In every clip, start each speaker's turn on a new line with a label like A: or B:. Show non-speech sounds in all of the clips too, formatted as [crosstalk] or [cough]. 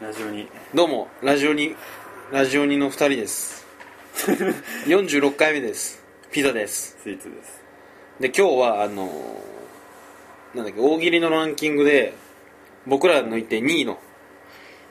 A: ラジオに
B: どうもラジオにラジオにの2人です46回目ですピザです
A: スイーツです
B: で今日はあのーなんだっけ大喜利のランキングで僕ら抜いて2位の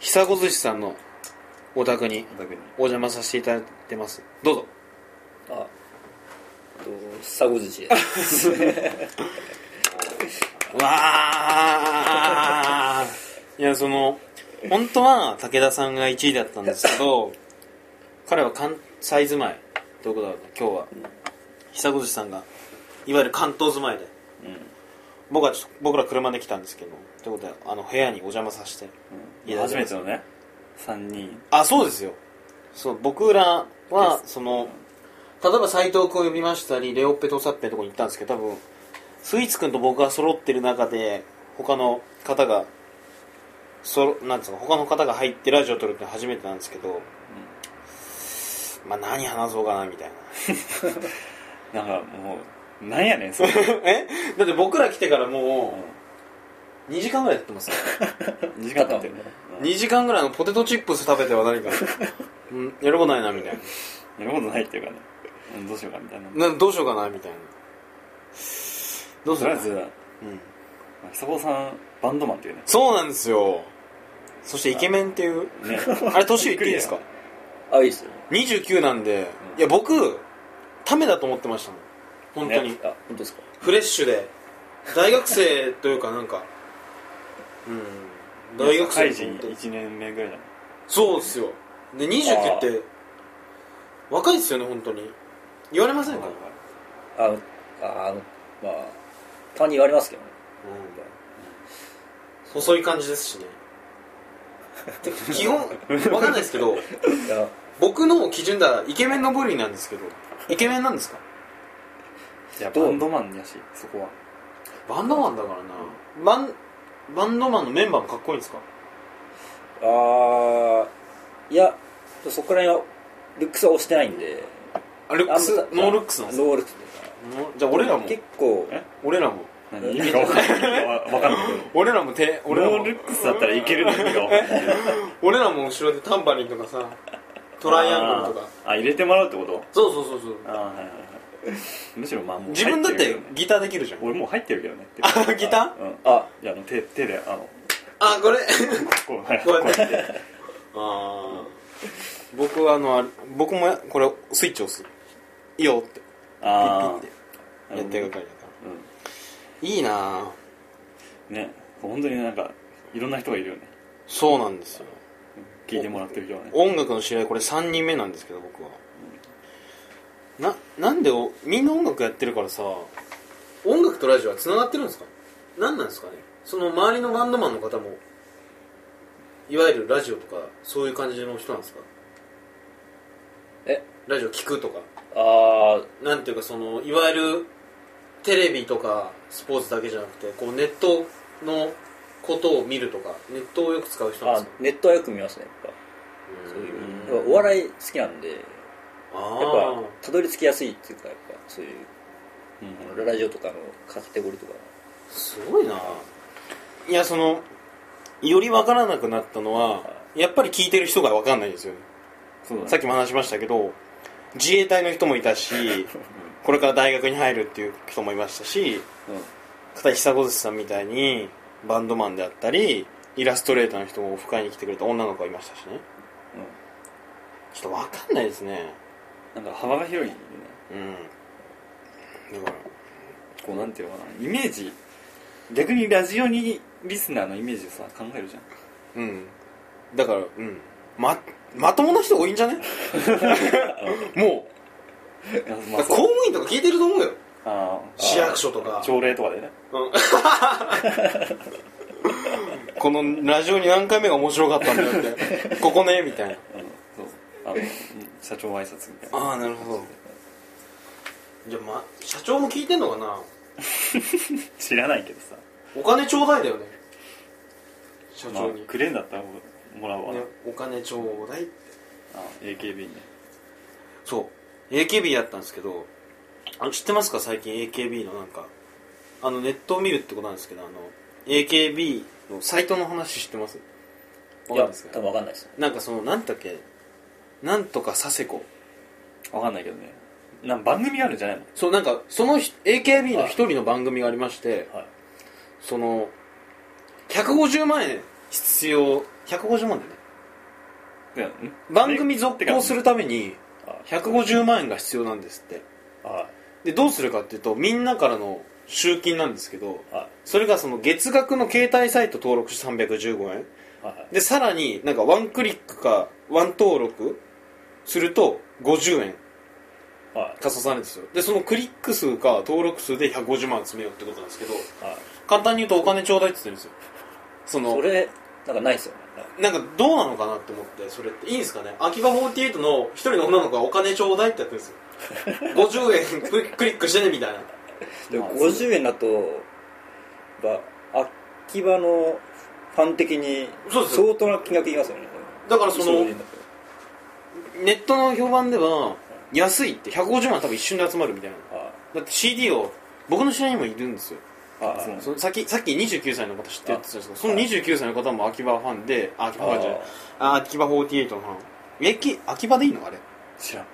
B: 久子寿司さんのお宅に
A: お宅に
B: お邪魔させていただいてますどうぞ
C: あ、えっとサゴ寿
A: [laughs]
C: 司です
B: わあいやその本当は武田さんが1位だったんですけど彼は関西住まいということだった今日は久子寿司さんがいわゆる関東住まいで僕はちょっと僕ら車で来たんですけどということであの部屋にお邪魔させて
A: うん、いや初めてのね3人
B: あそうですよそう僕らは
A: で
B: その例えば斎藤君呼びましたりレオッペとサッペのとこに行ったんですけど多分スイーツ君と僕が揃ってる中で他の方がそろなんつうの他の方が入ってラジオ撮るって初めてなんですけど、まあ何話そうかなみたいな
A: なんかもうなんやねん
C: [laughs]
A: それ、うん
B: [laughs] えだって僕ら来てからもう2時間ぐらいやってますよ
A: 二時間経ってるね、
B: [laughs]
A: うん
B: 2時間ぐらいのポテトチップス食べては [laughs] 何か、うん、やることないなみたいな
A: やることないっていうかね、うん、どうしようかみたいな
B: などうしようかなみたいなどうす
A: とりあえ
B: る
A: ず、ま
B: うん、
A: あ、久保さんバンドマンっていうね
B: そうなんですよそしてイケメンっていう
A: ね
B: あれ年言っていいですか
C: [laughs] あ、いいっすよね
B: 29なんで、
A: うん
B: いや僕ためだと思ってましたもん本当に、
A: ね
C: あ、本当ですか
B: フレッシュで大学生というかなんかうん大学生
A: 社会
B: だと思
A: 人
B: って
A: 1年目ぐらいだね
B: そうですよで29って若いですよね本当に言われませんか、
C: あ、あ、あの、まあ、他に言われますけどね
B: 細い感じです
A: [laughs]
B: しねてか基本わかんないですけど
C: いや、
B: 僕の基準ではイケメンの部類なんですけどイケメンなんですか
A: いやバ
C: どう
A: ンドマンやしそこは
B: バンドマンだからなバンバンドマンのメンバーもかっこいいんですか
C: あーいや、そこら辺は、ルックスは押してないんで。
B: あルックス
C: あん
B: ノールックスなんですか
C: ノールックスですか
B: ノーじゃあ俺らも
C: 結構、
A: え
B: 俺らも
A: 何意味が分かんない分かんないけど
B: 俺らも手俺ら
A: ノ
B: も
A: ールックスだったらいけるの意味が分かんない
B: 俺らも後ろでタンバリンとかさ [laughs] トライアングルとか
A: あーあ入れてもらうってこと
B: そうそうそうそう
A: あーはいはいはいむしろまあもう
B: 自分だっ
A: 入る
B: て
A: よね
B: ギターできるじゃん
A: 俺もう入ってるけどね
B: [laughs] あギタ
A: ーうんあいやあの手手であの
B: あこれ
A: こうはい
B: こ
A: こう
B: うや
A: や
B: っ
A: ってて
B: ああ僕はあのあれ僕もやこれスイッチ押すいいよってピ
A: あ
B: ッピッ
A: あ
B: てやってる
A: か
B: 係だからいいなあ
A: ね本当になんかいろんな人がいるよね
B: そうなんですよ
A: 聞いてもらってる人はね
B: 音楽の知り合いこれ3人目なんですけど僕はななんでおみんな音楽やってるからさ音楽とラジオはつながってるんですか何なんですかねその周りのバンドマンの方もいわゆるラジオとかそういう感じの人なんですか
C: え、
B: ラジオ聞くとか
C: あー
B: なんていうかそのいわゆるテレビとかスポーツだけじゃなくてこうネットのことを見るとかネットをよく使う人なんで
C: あ
B: すか、
C: ネットはよく見ますね、やっぱ。そういう。やっぱお笑い好きなんで、やっ
B: あ
C: ぱ、たどり着きやすいっていうか、やっぱ、そういう、あのラジオとかのカテゴリーとか。
B: あすごいないやそのより分からなくなったのはやっぱり聞いてる人が分かんないんですよね
A: そうだね
B: さっきも話しましたけど自衛隊の人もいた
C: [laughs]
B: しこれから大学に入るっていう人もいましたし
A: うん
B: 片井久子寿司さんみたいにバンドマンであったりイラストレーターの人もオフ会に来てくれた女の子がいましたしねちょっと分かんないですね
A: うんなんか幅が広いね
B: うんだから
A: こうなんていうのかなイメージ逆にラジオにリスナーのイメージをさ考える [laughs] じゃん
B: うんだからうんままともな人多いんじゃ [laughs] ねもう
A: いやま
B: 公務員とか聞いてると思うよ
A: あー
B: 市役所とか
A: 朝礼とかでね
B: このラジオに何回目が面白かったんだよ [laughs] ってここねみたい
A: う
B: な
A: んそうあのうん社長挨拶みたいな
B: ああなるほどじゃあ、ま、社長も聞いてんのかな
A: 知らないけどさ
B: お金ちょうだいだよね社
A: まあ
B: 長に、
A: くれんだったらもらうわ
B: ね、お金ちょうだい
A: あ AKB ね
B: そう AKB やったんですけどあの知ってますか最近 AKB のなんかあのネットを見るってことなんですけどあの AKB のサイトの話知ってますわ
C: い
B: かんな
C: や
B: いですけ
C: 多分
B: ど
C: わかんないです
B: なんかそのなんだっけなんとか佐世子
A: わかんないけどねなん番組があるんじゃないの
B: そうなんかそのひ AKB の一人の番組がありまして、
C: はい
B: その150万円必要150万でね
A: いやん
B: 番組続行するために
C: あ
B: 150万円が必要なんですって
C: は
B: でどうするかっていうとみんなからの集金なんですけど
C: いは
B: それがその月額の携帯サイト登録して315円
C: いはい
B: でさらになんかワンクリックかワン登録すると50円
C: はい
B: 加算されるんですよでそのクリック数か登録数で150万集めようってことなんですけど
C: はい
B: 簡単に言うとお金ちょうだいって言ってるんですよその
C: それなんかないですよね
B: なんかどうなのかなって思ってそれっていいんですかね秋葉48の一人の女の子がお金ちょうだいってやって
A: [laughs]
B: るんですよ50円クリクリックしてねみたいな
C: で
A: まあ
C: も50円だとば秋葉のファン的に
B: そうです
C: 相当な金額いきますよね
B: だからその
C: 50円だと
B: ネットの評判では安いって150万多分一瞬で集まるみたいな
C: は
B: だって CD を僕の知り合いにもいるんですよ
C: いはい
A: そう
B: そのさっきさっき29歳の方知ってるって言ってたんですけどその29歳の方も秋葉ファンであ秋葉ファンじゃないあ秋葉48のファンえき秋葉でいいのあれ
A: 知らん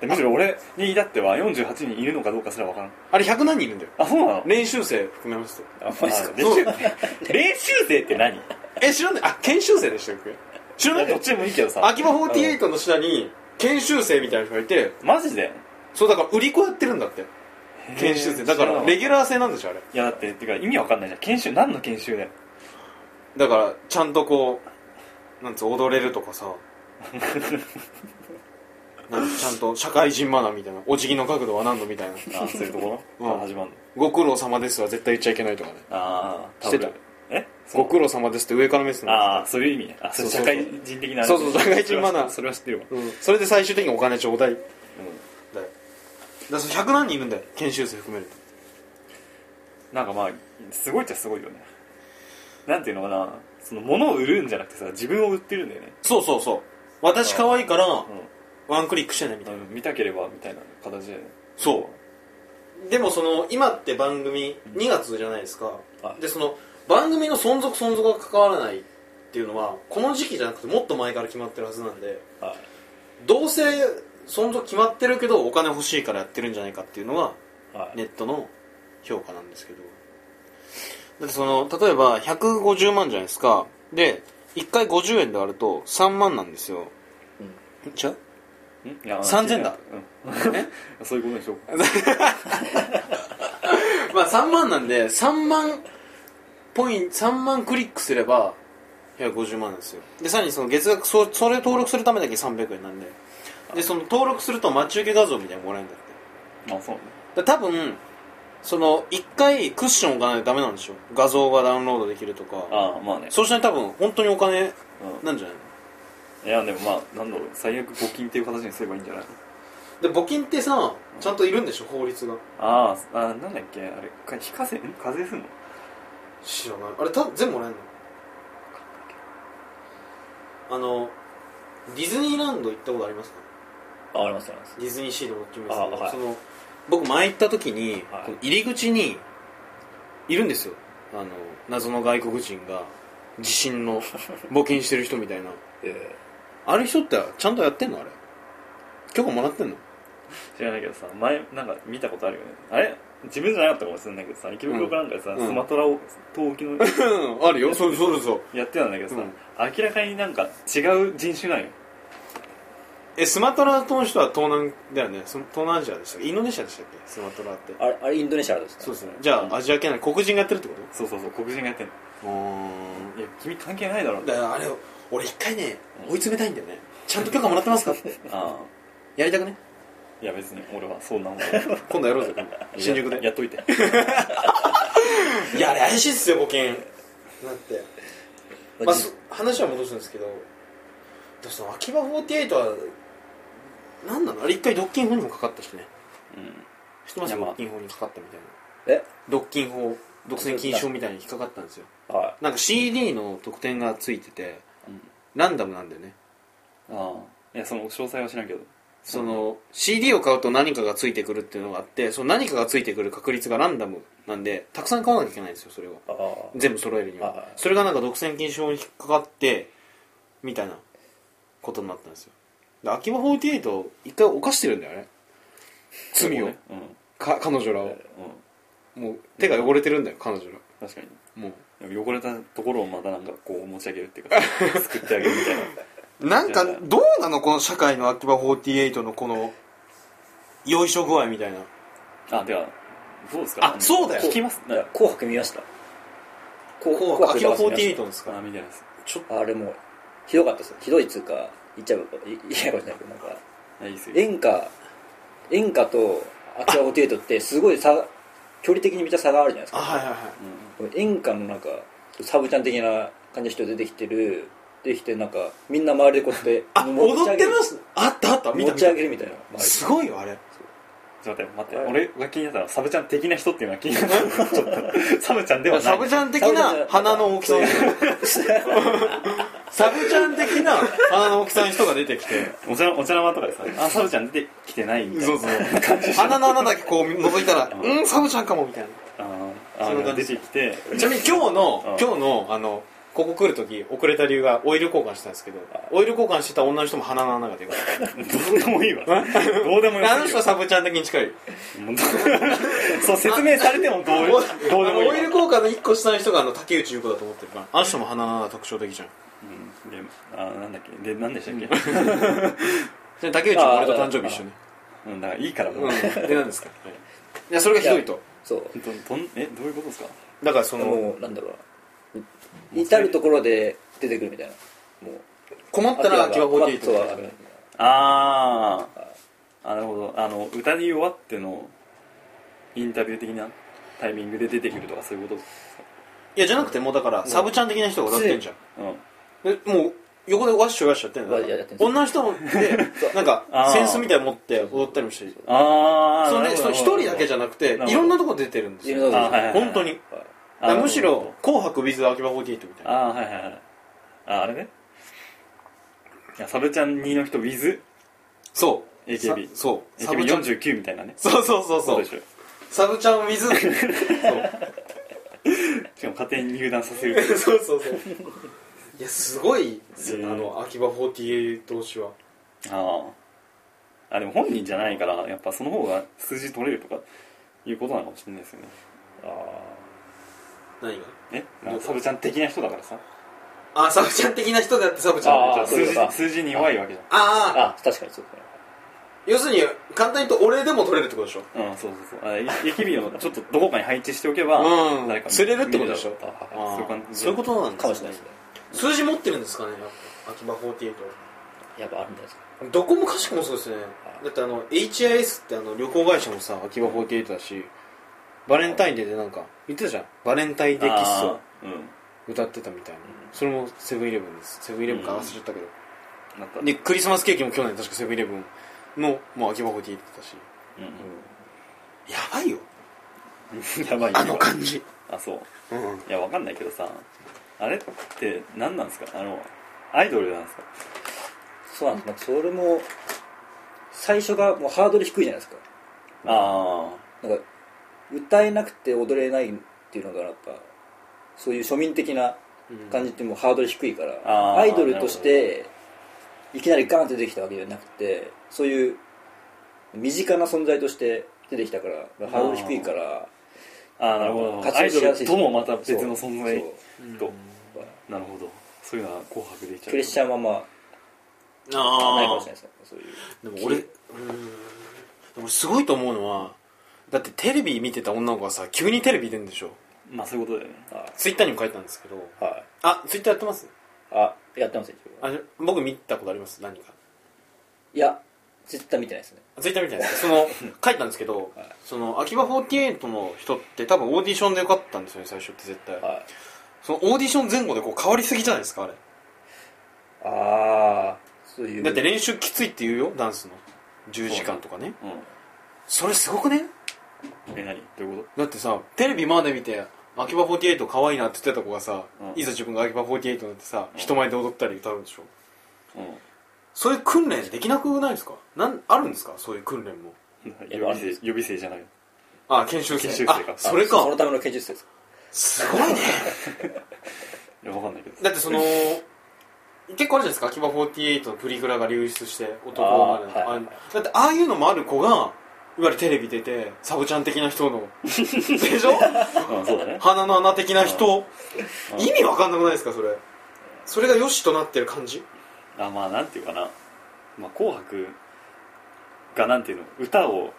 A: でむしろ俺に至っては48人いるのかどうかすらわからん
B: あれ100何人いるんだよ
A: あそうなの
B: 練習生含めますと
C: あマジっすか
A: 練習 [laughs] 練習生って何
B: え知らないあ研修生でしたっけ知らない
A: どっちでもいいけどさ
B: 秋葉48の下に研修生みたいな人がいて
A: マジで
B: そうだから売り子やってるんだって研修生だからレ
A: い
B: ギュラー制なんでしょあれ
A: やだっててか意味わかんないじゃん研修何の研修だよ
B: だからちゃんとこうなんつう踊れると
A: [laughs]
B: かさなんつうちゃんと社会人マナーみたいなお辞儀の角度は何度みたいな
A: あそういうところ
B: うん
A: あ始まるの
B: ご苦労様ですは絶対言っちゃいけないとかね
A: ああ
B: してた
A: え
B: ご苦労様ですって上から目線
A: ああそういう意味ねあそれ
B: そうそう
A: 社
B: そ
A: 会
B: う
A: 人的な
B: そうそう社会人マナー
A: それは知ってるわ
B: うん、それで最終的にお金ちょうだいだよ
A: う
B: だからその100何人いるんだよ研修生含めると
A: んなんかまあすごいっちゃすごいよねなんていうのかなその物を売るんじゃなくてさ自分を売ってるんだよね
B: そうそうそう私可愛いから
A: う
B: ワンクリックしてねみたいなん
A: 見たければみたいな形で
B: そうでもその今って番組2月じゃないですか、
C: はい
B: でその番組の存続存続が関わらないっていうのはこの時期じゃなくてもっと前から決まってるはずなんで
C: はい
B: どうせ存続決まってるけどお金欲しいからやってるんじゃないかっていうのは
C: はい
B: ネットの評価なんですけどだってその例えば150万じゃないですかで1回50円で割ると3万なんですよ、ちゃう
A: うんいや
B: 3000だ
A: うん [laughs] そういうことでしょうか
B: まあ3万なんで3万ポイント3万クリックすれば150万なんですよでさらにその月額そそれを登録するためだけ300円なんででその登録すると待ち受け画像みたいなのもらえるんだって
A: あそうね
B: だから多分その1回クッション置かないとダメなんでしょ画像がダウンロードできるとか
A: ああまあね
B: そうしないと多分本当にお金
A: う
B: なんじゃない
A: んいやでもまあなんだろう最悪募金っていう形にすればいいんじゃない
B: ので募金ってさちゃんといるんでしょ法律が
A: あーあなんだっけあれか非課税ん課税すんの
B: 知らないあれ多分全部もらえるのあのディズニーランド行ったことありますか
C: あありますあります
B: ディズニーシーでも決めてたけど、
C: あはい
B: その僕前行った時に、
C: はい
B: この入り口にいるんですよあの謎の外国人が地震
C: [laughs]
B: の募金してる人みたいな
C: え
B: あれ人ってちゃんとやってんのあれ許可もらって
C: [laughs]
B: んの
A: 知らないけどさ前なんか見たことあるよねあれ自分じゃなかったかもしれないけどさ池袋かなんかでさ、
B: うん
A: スマトラを遠沖の
B: あるよそうそうそう
A: やってたんだけどさ、
B: うん
A: 明らかになんか違う人種なんよ
B: えスマトラ島の人は東南だよねそ東南アジアでしたっけインドネシアでしたっけスマトラって
C: えあれあれインドネシアですか
B: そうですねじゃあ、
A: うん
B: アジア系なの黒人がやってるってこ
A: そうそうそう黒人がやってんの
B: とうん
A: いや君関係ないだろ
B: だからあれを俺一回ね追い詰めたいんだよねちゃんと許可もらってますかって
A: あ
B: やりたくね
A: あいや別に俺はそんなもん
B: 今度やろうぜ今度新宿で
A: ややっとい
B: [laughs]
A: て
B: いやあれ怪しいっすよ募金なんて、ま
C: ま
B: あ、
C: あ
B: そ話は戻すんですけどでもその秋葉48は何なのあれ一回独禁法にもかかったしね
A: うん
B: 知ってます
A: いやまあ
B: 独禁法にかかったみたいな
C: え
B: 独禁法独占禁止法みたいに引っかかったんですよ
C: は
B: なんか CD の特典がついてて、
A: うん
B: ランダムなんだよね
A: ああいやその詳細は知らんけど
B: その CD を買うと何かがついてくるっていうのがあってその何かがついてくる確率がランダムなんでたくさん買わなきゃいけないんですよそれを
C: いああ
B: 全部揃えるには、
C: はい
B: それがなんか独占禁止法に引っかかってみたいなことになったんですよで秋葉48を一回犯してるんだよね罪を、
A: ねうん
B: か彼女らを
A: うん、
B: もう手が汚れてるんだよ彼女ら
A: 確かに
B: も
A: でも汚れたところをまたなんかこう持ち上げるって
B: [laughs]
A: いうか救ってあげるみたいな
B: うなんかどうなのこの社会の秋葉48のこのよいしょ具合みたいな
A: あではどうですか
B: あそうだよ
A: 聞きます
C: いや紅白見ました紅
B: 紅白秋葉
C: 見ました
B: 48ですか
A: あみたいです
B: ちょっと
C: あれもうひどかったですよひどいっつうか言っちゃえばい言えばいいんだけどなんか
A: あいいですよ
C: 演歌演歌とアキラホテイトってすごい差距離的にめっちゃ差があるじゃないです
B: あ
C: か
B: はいはいはい
A: うん
C: 演歌のなんかサブちゃん的な感じの人出てきてる出てきてなんかみんな周りでこうやって
B: あ踊ってますすあったあった見
C: 持
B: た
C: ち上
B: 見
C: げるみたいな
B: た
C: 周
B: すごいよあれ
A: ちょっと待って待っ
C: はい
A: て俺が気になったのはサブちゃん的な人っていうのが気に
B: [laughs]
A: なったちょっとサブちゃんではない
B: サブちゃん的な鼻の大きさの人サブちゃん的な鼻の大きさの人が出てきて
A: お茶お茶の間とかでさあサブちゃん出てきてないみたいな
B: そうそう鼻の穴だけこう覗いたらうんサブちゃんかもみたいな
A: あ
B: そんな
A: あ
B: 感
A: 出
B: じ
A: てきて
B: ちなみに今日
A: う
B: の
A: ん
B: 今日のあのここ来る時遅れた理由がオイル交換したんですけどオイル交換してた女の人も鼻の穴が出まし
A: どうでもいい
B: [laughs]
A: わどうでもよ
B: たあの
A: すぎ
B: 人
A: る
B: はサブちゃん的に近い
A: もうどう [laughs] そう説明されてもどうどうでもいい
B: オ
A: わ
B: イル交換の1個下の人があの竹内優子だと思ってるからあの人も鼻の穴特徴的じゃん
A: うんであなんだっけでなんでしたっけ
B: [laughs] で竹内も俺と誕生日一緒ね
A: うんだからいいからもう
B: うんで何ですかいやそれがひどいと
C: そう
A: どどんえどういうことですか
B: だからその
C: もうなんだろう至る所で出てくるみたいなもう
B: 困ったら秋葉
C: アキラが
B: 48と
C: そう
B: か
A: あーあなるほどあの歌に弱ってのインタビュー的なタイミングで出てくるとかそういうこと
B: いやじゃなくてもうだからサブちゃん的な人が歌ってんじゃん
A: うん
B: えもう横でワッシュワッシュやってん
C: ワッシュやって
B: だ
C: んすよ
B: 女の人もでなんか
A: あー
B: センスみたいなの持って踊ったりもしてる
A: ああ
B: それでその一人だけじゃ
A: な
B: なくて
A: るほど
B: いろんなとこ出てるんです
C: いろ
B: よ
C: んなとこ出て
A: る
B: 本当にだからむしろ「紅白ビズ秋葉48」みたいな
A: あーはいはいはいあーあれねいやサブちゃん2の人 with
B: そう
A: AKB
B: さそうサブちゃん
A: AKB49 みたいなね
B: そうそうそうそう
A: でしょ
B: サブちゃんビズそう
A: しかも家庭に入団させるって
B: [laughs] そうそうそういやすごいですよね
A: うん
B: あの秋葉48同士は
A: あああでも本人じゃないからやっぱその方が数字取れるとかいうことなのかもしれないですよね
B: 何が
A: えなんかサブちゃん的な人だからさ
B: あサブちゃん的な人であってサブちゃん
C: あー
A: じゃあ
C: そうい
A: 数
C: うこと
A: 字
C: か
A: 数字に弱いわけじゃん
B: あーあ
C: あ確かにそうだね
B: 要するに簡単に言うと俺でも取れるってことでしょ
A: うん、そうそうそう。あ、AKB をちょっとどこかに配置しておけば、
B: うん
A: 誰か
B: 釣れるってことでしょ
A: 見れるだろうあそういう感じ。
B: そういうことなんです
C: かもしれないですね
B: 数字持ってるんですかねやっぱ秋葉48
C: やっぱあるんじゃないですか
B: どこもかしこもそうですねだってあの HIS ってあの旅行会社もさ秋葉48だしバレンタインデーでなんか言ってたじゃんバレンタインデーキッスを
A: あーうん。
B: 歌ってたみたいなそれもセブンイレブンですセブンイレブンか忘れちゃったけど、
A: なった。
B: でクリスマスケーキも去年確かセブンイレブンのもう秋葉48だったしやばいよ
A: うん。やばいよ
B: あの感じ
A: あ、そう。
B: うん
A: いや、わかんないけどさ、あれって何なんですかあの、アイドルなんですか
C: そうなんです、なんかそれも最初がもうハードル低いじゃないですか
A: あ
C: なんか歌えなくて踊れないっていうのがやっぱそういう庶民的な感じってもうハードル低いから、
A: あー
C: アイドルとしていきなりガンって出てきたわけじゃなくてそういう身近な存在として出てきたからハードル低いから
A: あ。ああ、なるほど。アイ
C: 活動
A: ド
C: しやす
A: ル
C: い
A: ともまた別の存在
C: そう
A: と。
C: そう
A: なるほど。そういうのは紅白でいっちゃう。
C: プレッシャーもあんまないかも
B: あ
C: しれないですねそういう
B: でも俺うーんでもすごいと思うのはだってテレビ見てた女の子がさ急にテレビ出るんでしょ
A: まあそういうことだよね。
C: あ
B: ツイッターにも書いたんですけど
C: はい
B: あツイッターやってます
C: あやってます一応
B: あ僕見たことあります何か
C: いや絶対見てないですね
B: あツイッターみたいなそ [laughs] の書いたんですけど、
C: はい
B: その秋葉48の人って多分オーディションで受かったんですよね最初って絶対、
C: はい
B: そのオーディション前後でこう変わりすぎじゃないですかあれ
C: ああそういう
B: だって練習きついって言うよダンスの10時間とかね
A: う
B: それすごくね
A: ん。え、何どういうこ
B: だってさテレビまで見て秋葉48可愛いなって言ってた子がさ、
A: うん
B: いざ自分が秋葉48になってさ、人前で踊ったり歌うんでしょ
A: とうん。
B: そういう訓練できなくないですかなんあるんですかそういう訓練も
A: 予備生、予備生じゃない。
B: あ研修生
A: 研修生か
B: あそれか
C: そのための研究室です
B: [laughs] すごいね
A: いや、わかんないけど。
B: だってその結構あるじゃないですか秋葉48のプリクラが流出して男まで
C: あーはい
B: あのだってああいうのもある子がいわゆるテレビ出てサブちゃん的な人 [laughs] のでしょ
A: うん、そうだね
B: 鼻の穴的な人
A: うん
B: 意味わかんなくないですかそれそれがよしとなってる感じ
A: あまあなんていうかな、まあ、紅白がなんていうの歌を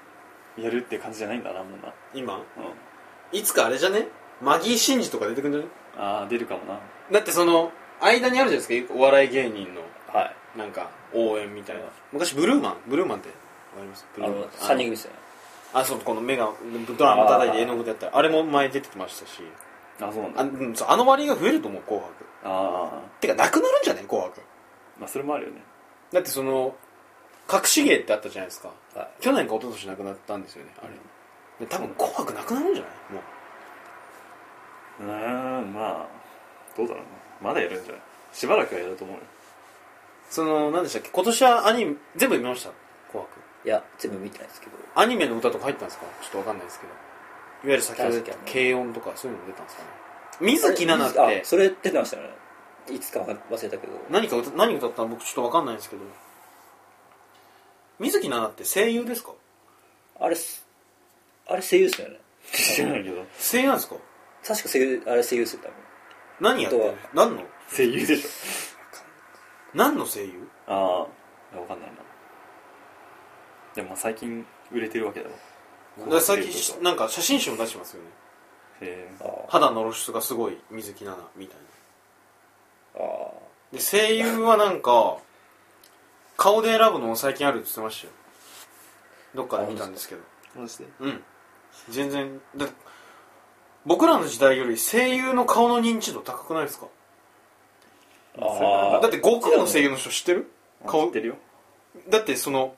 A: やるって感じじゃないんだなもんな、
B: 今
A: うん、
B: いつかあれじゃねマギー・シンジとか出てくんじゃね
A: ああ出るかもな
B: だってその間にあるじゃないですかお笑い芸人の
A: はい
B: なんか応援みたいな昔ブルーマンブルーマンってわかりますブ
C: あ
B: ルーマン
C: の3人組ですよね
B: あそうこの目がドラマ叩いて絵の具でやったらあれも前出てきましたし
A: あそうなんだ
B: あ,、うん、そうあの割合が増えると思う「紅白
A: ああ」
B: てかなくなるんじゃない紅白
A: まあそれもあるよね
B: だってその隠し芸ってあったじゃないですか
C: は
B: 去年か一昨年なくなったんですよねあれで多分紅白なくなるんじゃないもう
A: うーんまあどうだろうなまだやるんじゃないしばらくはやると思うよ
B: その何でしたっけ今年はアニメ全部見ました紅白
C: いいや全部見てないですけど
B: アニメの歌とか入ったんですかちょっとわかんないですけどいわゆる先ほど言った
C: 確かに
B: 軽音とかそういうのも出たんですかね水木奈々っ
C: あ
B: て
C: それ出てましたよねいつか忘れたけど
B: 何か歌何歌ったの僕ちょっとわかんないんですけど水木奈々って声優ですか
C: あれすあれ声優ですよね
A: 知らないけど
B: 声優なんですか
C: 確か声優あれ声優ですよ多分
B: 何やってる
C: あとは
B: 何の
A: 声優でしょ
B: 何の声優
A: ああ分かんないなでもまあ最近売れてるわけだろ
B: だから最近し
A: へ
B: なんか写真集も出してますよね
A: え
C: あー
B: 肌の露出がすごい水木奈々みたいな
C: あー
B: で声優はなんか顔で選ぶのも最近あるって言ってましたよどっかで見たんですけど
A: マジで
B: うん全然だ僕らの時代より声優の顔の認知度高くないですか
C: あ
B: だって悟空の声優の人知ってる
A: 顔
B: 顔
A: ってるよ
B: だってその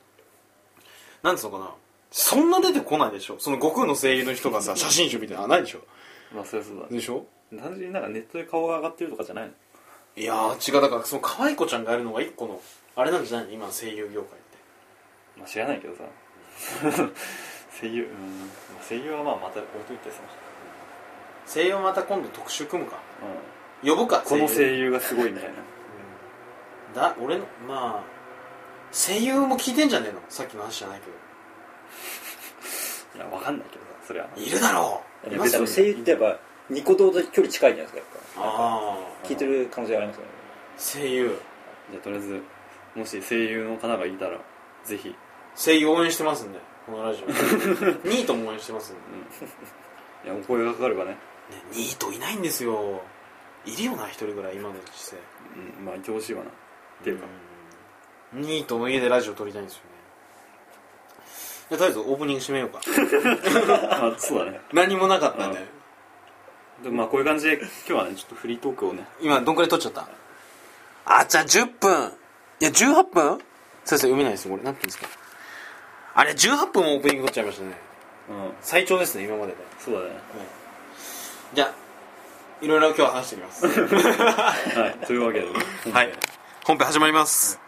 B: なんつうのかなそんな出てこないでしょその悟空の声優の人
A: [laughs]
B: がさ写真集みたいなのないでしょ
A: まあそりゃそうだね
B: でしょ
A: 単純になんかネットで顔が上がってるとかじゃないの
B: いやー違うだからその可愛い子ちゃんがやるのが一個のあれなんじゃないの今の声優業界って
A: まあ、知らないけどさ [laughs] 声優うんまあ声優はまあまた置いといてさ、
B: 声優また今度特集組むか
A: うん、
B: 呼ぶか
A: この
B: 声優
A: 声優がすごいみたいな [laughs]
B: だ俺のまあ声優も聞いてんじゃねえのさっきの話じゃないけ
A: いやわかんないけどさそりゃ
B: どいるだろう
C: でも多分声優ってやっぱニコ動と距離近いじゃないですかやっ
B: あ
C: ぱ聞いてる可能性がありますよね
B: あ声優
A: じゃあとりあえずもし声優の方がいたらぜひ、
B: 声優応援してますんでこのラ
A: [laughs]
B: ジオニートも応援してますんで
A: うん、いやお声がかかればね、
B: ねニートいないんですよいるよな一人ぐらい今の姿勢
A: うん、まあいてほしいわなっていうか、
B: うんニートの家でラジオ撮りたいんですよねじゃあとりあえずオープニング締めよう
A: [laughs]
B: か
A: まあそうだね
B: 何もなかったんで
A: うんでまあこういう感じで今日はねちょっとフリートークをね
B: 今どんくらい撮っちゃったあじゃあ10分いや18分先生読めないですよこれ何分ですかあれ18分オープニング撮っちゃいましたね
A: うん
B: 最長ですね今までで、
A: そうだね
B: じゃあ [laughs] いろいろ今日は話していきます
A: はいというわけで、
B: はい本編始まります